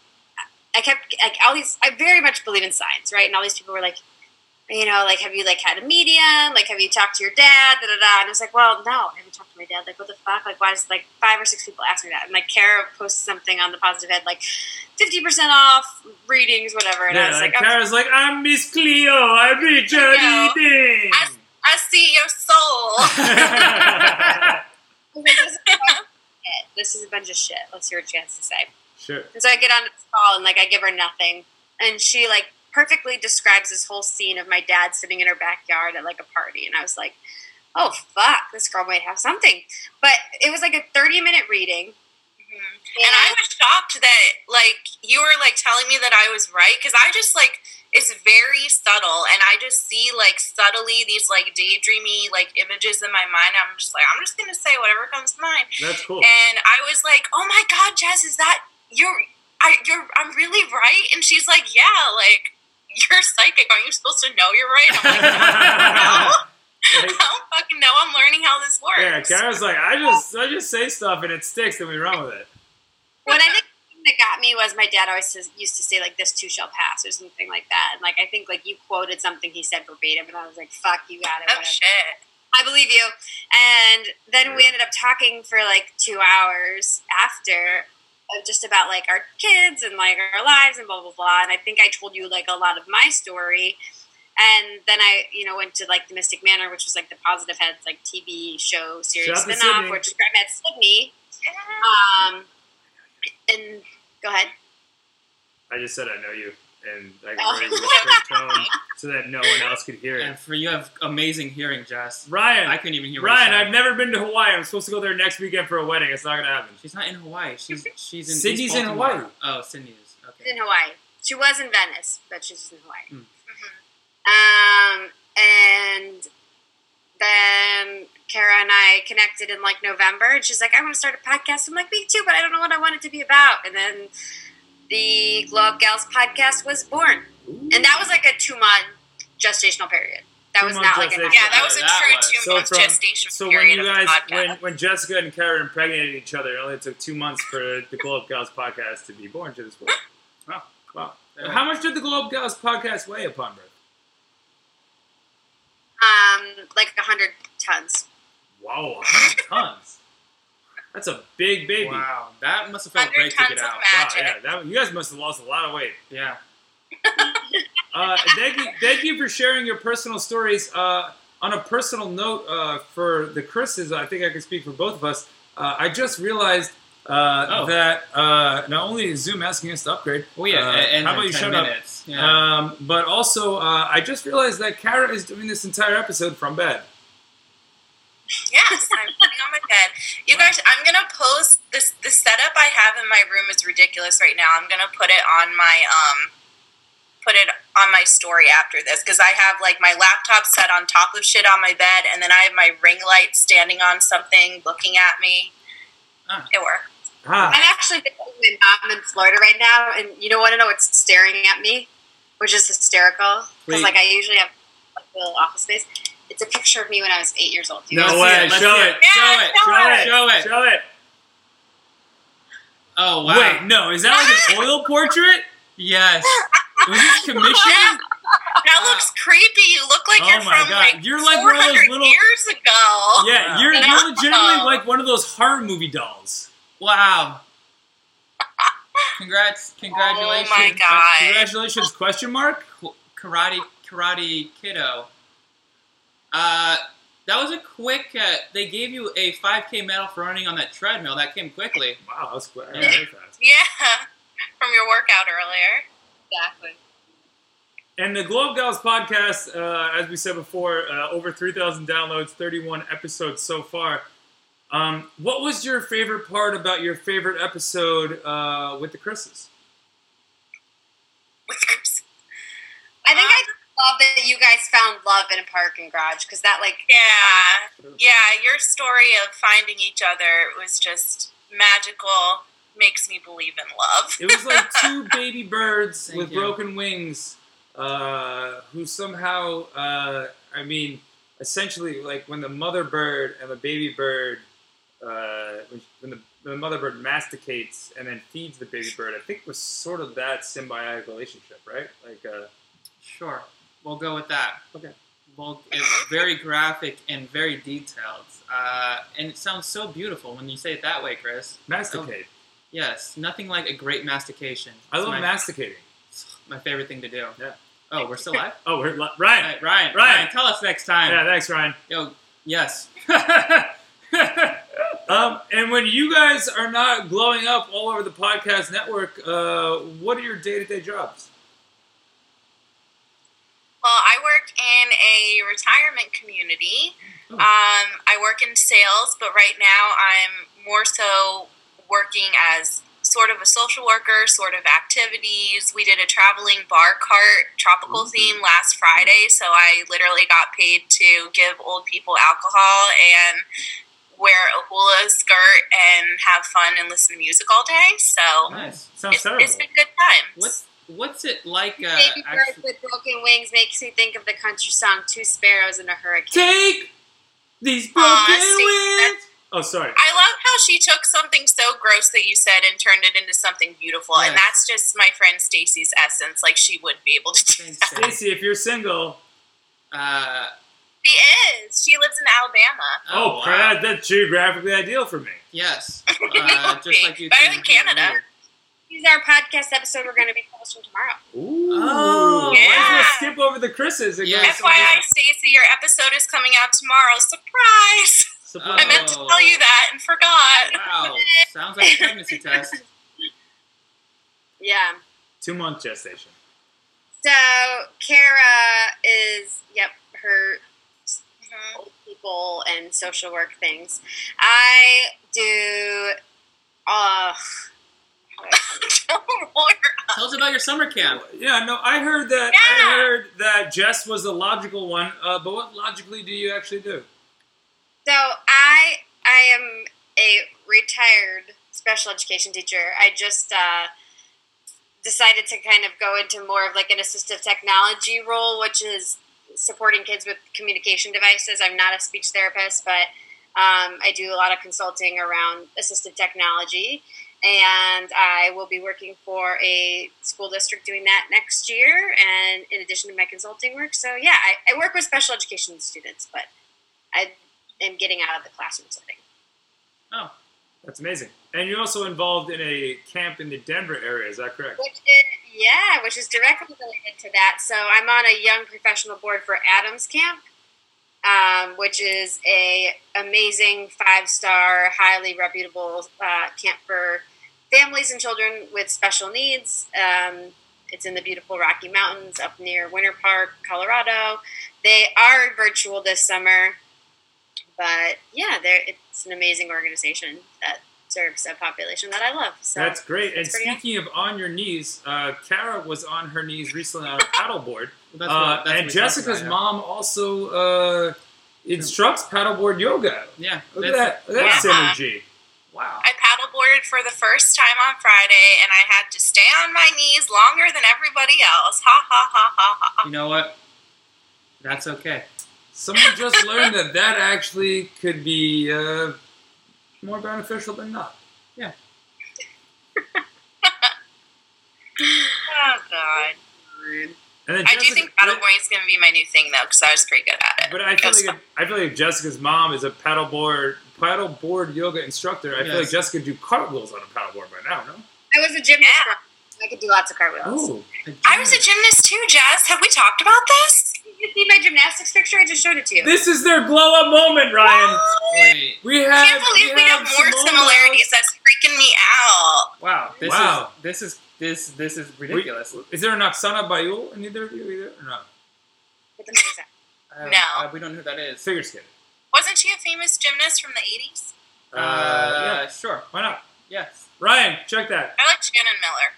I kept like all these. I very much believe in science, right? And all these people were like, you know, like have you like had a medium? Like have you talked to your dad? Da da da. And I was like, well, no, I haven't talked to my dad. Like what the fuck? Like why is like five or six people ask me that? And like Kara posted something on the positive head, like fifty percent off readings, whatever. And I Yeah, was like like, I'm- Kara's like, I'm Miss Cleo. I read your No. reading. I- I see your soul. this is a bunch of shit. This is a bunch of shit. Let's hear what she has to say. sure. And so I get on this call and like I give her nothing. And she like perfectly describes this whole scene of my dad sitting in her backyard at like a party. And I was like, oh fuck, this girl might have something. But it was like a 30 minute reading. Mhm. And I was shocked that like you were like telling me that I was right because I just like it's very subtle and I just see like subtly these like daydreamy like images in my mind. I'm just like I'm just gonna say whatever comes to mind. That's cool. And I was like, oh my god, Jess, is that you're I you're I'm really right? And she's like, yeah, like you're psychic. Aren't you supposed to know you're right? I'm like, no, I don't fucking know. I'm learning how this Yeah, works. Kara's like, I just I just say stuff and it sticks and we run with it. What I think that got me was my dad always says, used to say like this too shall pass or something like that. And like I think like you quoted something he said verbatim, and I was like, "Fuck, you got it." Oh whatever. shit. I believe you. And then we ended up talking for like two hours after, uh, just about like our kids and like our lives and blah blah blah. And I think I told you like a lot of my story. And then I, you know, went to like the Mystic Manor, which was like the Positive Heads like TV show Shout series out to spinoff, Sydney. which is where I met Sydney. Um, and go ahead. I just said I know you and I Oh. can raise whispered tone so that no one else could hear it. And for you have amazing hearing, Jess. Ryan, I couldn't even hear. what you Ryan, said. I've never been to Hawaii. I'm supposed to go there next weekend for a wedding. It's not gonna happen. She's not in Hawaii. She's she's in. East Sydney's in Baltimore. Hawaii. Oh, Sydney is. Okay. in Hawaii. She was in Venice, but she's in Hawaii. Mm. Hmm. Um, and then Kara and I connected in like November, and she's like, "I want to start a podcast." I'm like, "Me too," but I don't know what I want it to be about. And then the Glow Up Gals podcast was born, and that was like a two month gestational period. That was Two-month not like a gestational Yeah, that was a That true was- two So month from- gestation So when period you of the guys, podcast. when, when Jessica and Kara impregnated each other, it only took two months for the Globe Gals podcast to be born to this world. Wow, wow. How much did the Globe Gals podcast weigh upon birth? um like hundred tons. Wow, 100 tons. That's a big baby. Wow, Wow, that must have felt 100 great to tons get of out. math. Magic. yeah, that, you guys must have lost a lot of weight. Yeah. Uh, thank you, thank you for sharing your personal stories. Uh, on a personal note, uh, for the Chris's, I think I can speak for both of us. Uh, I just realized uh, Oh. that uh, not only is Zoom asking us to upgrade, Oh yeah. uh, and how in about you 10 shut up? minutes. Yeah. Um, but also, uh, I just realized that Kara is doing this entire episode from bed. Yes, I'm putting on my bed. You guys, I'm gonna post this. The setup I have in my room is ridiculous right now. I'm gonna put it on my um, put it on my story after this because I have like my laptop set on top of shit on my bed, and then I have my ring light standing on something, looking at me. Ah. It worked. Ah, I'm actually visiting my mom in Florida right now, and you don't want to know what's staring at me, which is hysterical. Wait. Because like I usually have like, a little office space. It's a picture of me when I was eight years old. no Let's see way! it, let's show see it! it. Yeah, Show it! Show it. Show it! oh wow. Wait, no, is that like an oil portrait? Yes. Was this commissioned? That looks creepy. You look like Oh you're my from God. like You're like one of those 400 little- years ago. Yeah, Wow. you're, you're legitimately No. like one of those horror movie dolls. Wow. Congrats! Congratulations! Oh my god. Congratulations? Question mark. K- Karate Karate Kiddo. Uh, that was a quick. Uh, they gave you a 5K medal for running on that treadmill. That came quickly. Wow, that's quick. Yeah. Very fast. Yeah, from your workout earlier. Exactly. And the Globe Gals podcast, uh, as we said before, uh, over three thousand downloads, thirty-one episodes so far. Um, what was your favorite part about your favorite episode uh, with the Chris's? With Chris. I think I just love that you guys found love in a parking garage because that like Yeah, yeah. Your story of finding each other was just magical. Makes me believe in love. It was like two baby birds Thank with you. broken wings, uh, who somehow, uh, I mean, essentially, like when the mother bird and the baby bird, uh, when- when the, when the mother bird masticates and then feeds the baby bird, I think was sort of that symbiotic relationship, right? Like, uh, Sure, we'll go with that. Okay. Well, it's very graphic and very detailed, uh, and it sounds so beautiful when you say it that way, Chris. masticate. Yes, nothing like a great mastication. I Oh, It's love my, masticating. my favorite thing to do. Yeah. Oh, we're still live. Oh, we're, li- All Ryan. right, Ryan, Ryan. tell us next time. Yeah, thanks, Ryan. Yo, yes. um, and when you guys are not glowing up all over the podcast network, uh, what are your day-to-day jobs? Well, I work in a retirement community. Um, I work in sales, but right now I'm more so working as sort of a social worker, sort of activities. We did a traveling bar cart tropical theme last Friday, so I literally got paid to give old people alcohol and wear a hula skirt and have fun and listen to music all day. So Nice. Sounds it's, terrible. it's been good times. What's what's it like? Uh, Baby birds actually- with broken wings makes me think of the country song Two Sparrows and a Hurricane. Take these broken Aw, see, wings. Oh, sorry. I love how she took something so gross that you said and turned it into something beautiful. And Yes. that's just my friend Stacy's essence. Like she would be able to do Thanks, that. Stacey. Stacy, if you're single, Uh, She is. She lives in Alabama. oh, wow. crap, that's geographically ideal for me. Yes. Uh, just like you. Better two than Canada. This is our podcast episode we're going to be posting tomorrow. Ooh. Oh, Might as well yeah. skip over the Chris's. and go Yeah. to something FYI, else. Stacy, your episode is coming out tomorrow. Surprise! I meant to Oh. tell you that and forgot. Wow. Sounds like a pregnancy test. Yeah. Two month gestation. So Kara is, yep, her old people and social work things. I do. Uh, Don't worry. Tell us about your summer camp. Yeah, no, I heard that. I Yeah. heard that Jess was the logical one. Uh, but what logically do you actually do? so I I am a retired special education teacher. I just uh, decided to kind of go into more of like an assistive technology role, which is supporting kids with communication devices. I'm not a speech therapist, but um, I do a lot of consulting around assistive technology, and I will be working for a school district doing that next year. And in addition to my consulting work, so yeah, I, I work with special education students, but I am getting out of the classroom setting. That's amazing. And you're also involved in a camp in the Denver area. Is that correct? Which is, yeah, which is directly related to that. So I'm on a young professional board for Adams Camp, um, which is a amazing five star, highly reputable uh, camp for families and children with special needs. Um, it's in the beautiful Rocky Mountains up near Winter Park, Colorado. They are virtual this summer, but yeah, they're, it's an amazing organization that serves a population that I love. So That's great. And That's pretty speaking of on your knees, uh, Kara was on her knees recently on a paddleboard. Well, that's Uh, what- that's what we and talked Jessica's about, yeah. mom also uh, instructs paddleboard yoga. Yeah. Look that's- at that, look at that Yeah. synergy. Wow. I paddleboarded for the first time on Friday, and I had to stay on my knees longer than everybody else. Ha ha ha ha ha. You know what? That's okay. Someone just learned that that actually could be uh, more beneficial than not. Oh god. And then I do Jessica- think paddleboarding is going to be my new thing though, because I was pretty good at it. But I feel That's like I feel like Jessica's mom is a paddleboard paddleboard yoga instructor. I feel like Yes. Jessica could do cartwheels on a paddleboard by now. No. I was a gym Yeah. instructor. I could do lots of cartwheels. Oh, I was a gymnast too, Jess. Have we talked about this? Did you see my gymnastics picture? I just showed it to you. this is their blow up moment, Ryan. Wait. We I have. can't believe we have more Simone similarities. That's freaking me out. Wow. This Wow. Is, this is this this is Biles. ridiculous. We- is there an Oksana Bayul in either of you either or no? What the fuck is that? Uh, No. uh, we don't know who that is. Figure skating. Wasn't she a famous gymnast from the 80s? Uh, yeah. Sure. Why not? Yes. Ryan, check that. I like Shannon Miller.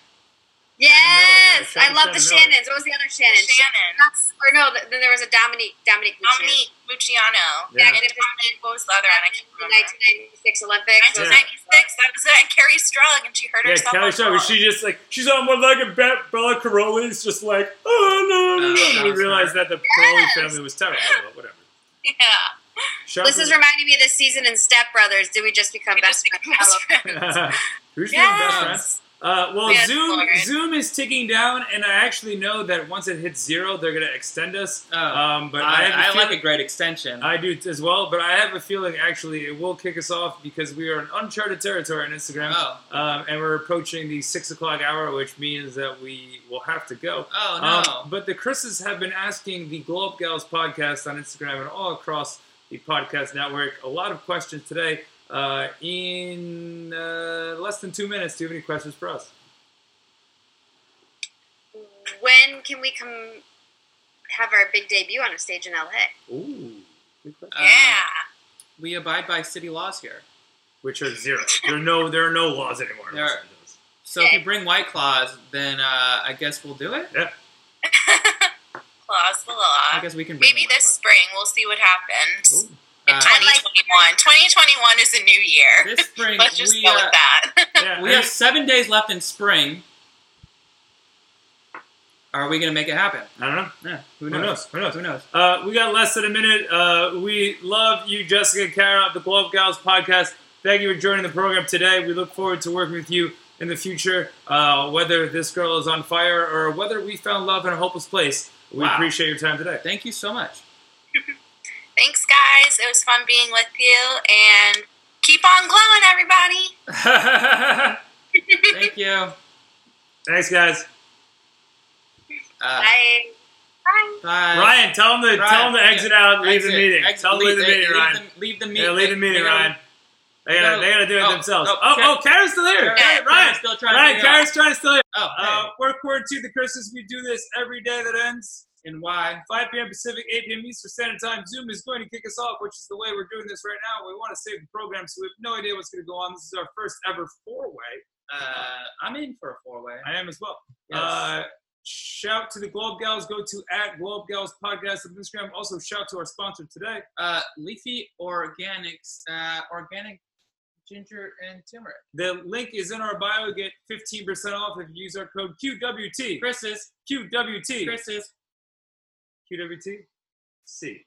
Yes, Shannon I Miller, yeah, love the Shannon Miller. Shannons. What was the other Shannon? Shannon. That's- or no, th- then there was a Dominique. Dominique. Lucian. Dominique Luciano. Yeah. And Dominique, what was the other one? I can't The remember. 1996 Olympics. 1996, that was it. And Carrie Strug, and she hurt Yeah, herself. Kelly on Shaw. the She just like she's on one leg and Be- Bella Caroli's just like oh no no Uh, no. that we was realized that the Caroli family was terrible, but whatever. wall. Yeah. Shout This out is to- reminding me of the season in Step Brothers. Did we just become We best just friends? became best friends. Who's your best friend? Yes. Uh, well, Yes, Zoom Lauren. Zoom is ticking down, and I actually know that once it hits zero, they're gonna extend us. Oh, Um, but I, have I, I feeling, like a great extension. I do as well. But I have a feeling actually it will kick us off because we are in uncharted territory on Instagram, oh. um, and we're approaching the six o'clock hour, which means that we will have to go. Oh no. Um, but the Chris's have been asking the Glow Up Gals podcast on Instagram and all across the podcast network a lot of questions today. Uh, in uh, less than two minutes, do you have any questions for us? When can we come have our big debut on a stage in LA? Ooh, good question. Uh, Yeah. we abide by city laws here. which are zero. There are no there are no laws anymore. in There Los are- Angeles. So if you bring White Claws, then uh, I guess we'll do it. Clause the I law. guess we can. Bring Maybe White this spring we'll see what happens. Ooh. In Claws. Uh, 2021. 2021 is a new year. this spring Let's just we go uh, with that. Yeah, we I have mean, seven days left in spring. Are we gonna make it happen? I don't know. Yeah, who Who knows? knows? Who knows? Who knows? Uh, we got less than a minute. Uh, we love you, Jessica and Kara of the Glove Gals podcast. Thank you for joining the program today. We look forward to working with you in the future, uh, whether this girl is on fire or whether we found love in a hopeless place. We Wow. appreciate your time today. Thank you so much. Thanks, guys. It was fun being with you. And keep on glowing, everybody. Thanks, Thank you. guys. Uh, Bye. Bye. bye. Ryan, tell him to tell him to Ryan, exit out, leave the Exit. meeting. Exit. tell him to leave the they- meeting, leave Ryan. the- Leave the meeting. yeah, leave the meeting, Ryan. They gotta, they gotta do it Oh, themselves. oh, oh, Kara- oh, Kara's still here. Yeah, Kara- Ryan, still trying Ryan, to figure Kara's trying to still here. out. Oh, Uh, work word to the curses. We do this every day that ends. hey. and why? 5 p.m. Pacific, 8 p.m. Eastern Standard Time. Zoom is going to kick us off, which is the way we're doing this right now. We want to save the program, so we have no idea what's going to go on. This is our first ever four-way. Uh, I'm in for a four-way. I am as well. Yes. Uh, shout to the Globe Gals. Go to at Globe Gals Podcast on Instagram. Also, shout to our sponsor today. uh, leafy organics, uh, organic ginger and turmeric. The link is in our bio. Get 15% off if you use our code QWT. Chris's, QWT. Chris's, QWT. C.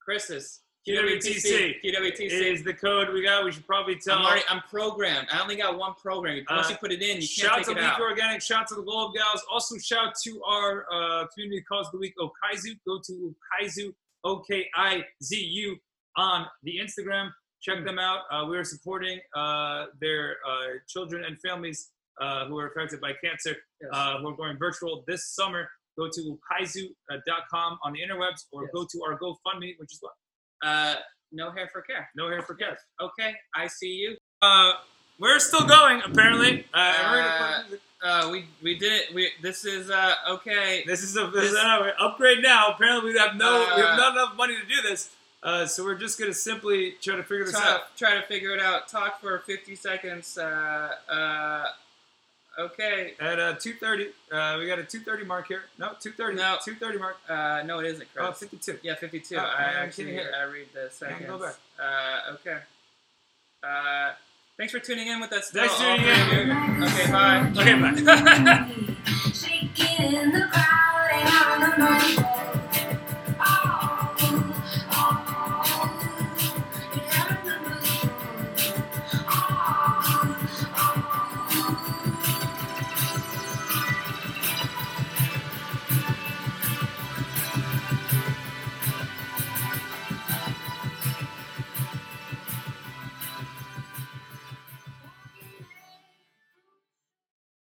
Chris's. QWTC. It QWTC. is the code we got. We should probably tell. I'm already, I'm programmed. I only got one program. Once Uh, you put it in, you shout can't to take it Leak out. Organic, shout to the Globe Gals. Also, shout to our uh, community cause of the week, Okaizu. Go to Okaizu, O K I Z U, on the Instagram. Check them out. Uh, we are supporting uh, their uh, children and families uh, who are affected by cancer, Yes. uh, who are going virtual this summer. Go to ukaizu.com on the interwebs or Yes. go to our GoFundMe, which is what? Uh, no hair for care. No hair for cats. Okay, I see you. Uh, we're still going, apparently. Uh, and we're gonna put- Uh, we we did it. We this is uh okay. This is a this is This- an upgrade now. Apparently, we have no we have Uh, not enough money to do this, uh, so we're just gonna simply try to figure this Try, out. try to figure it out. Talk for 50 seconds. Uh, uh, okay. At uh, two thirty, uh, we got a two thirty mark here. No, two thirty. No. two thirty mark. Uh, no, it isn't, Chris. Oh, 52. Yeah, 52. Oh, I I'm actually kidding here. I read the seconds. go back. Uh, okay. Uh, thanks for tuning in with us. Oh, Thanks for still, all tuning in. three of you. Okay, bye. bye. Okay, bye. Shaking in the crowd and I don't know.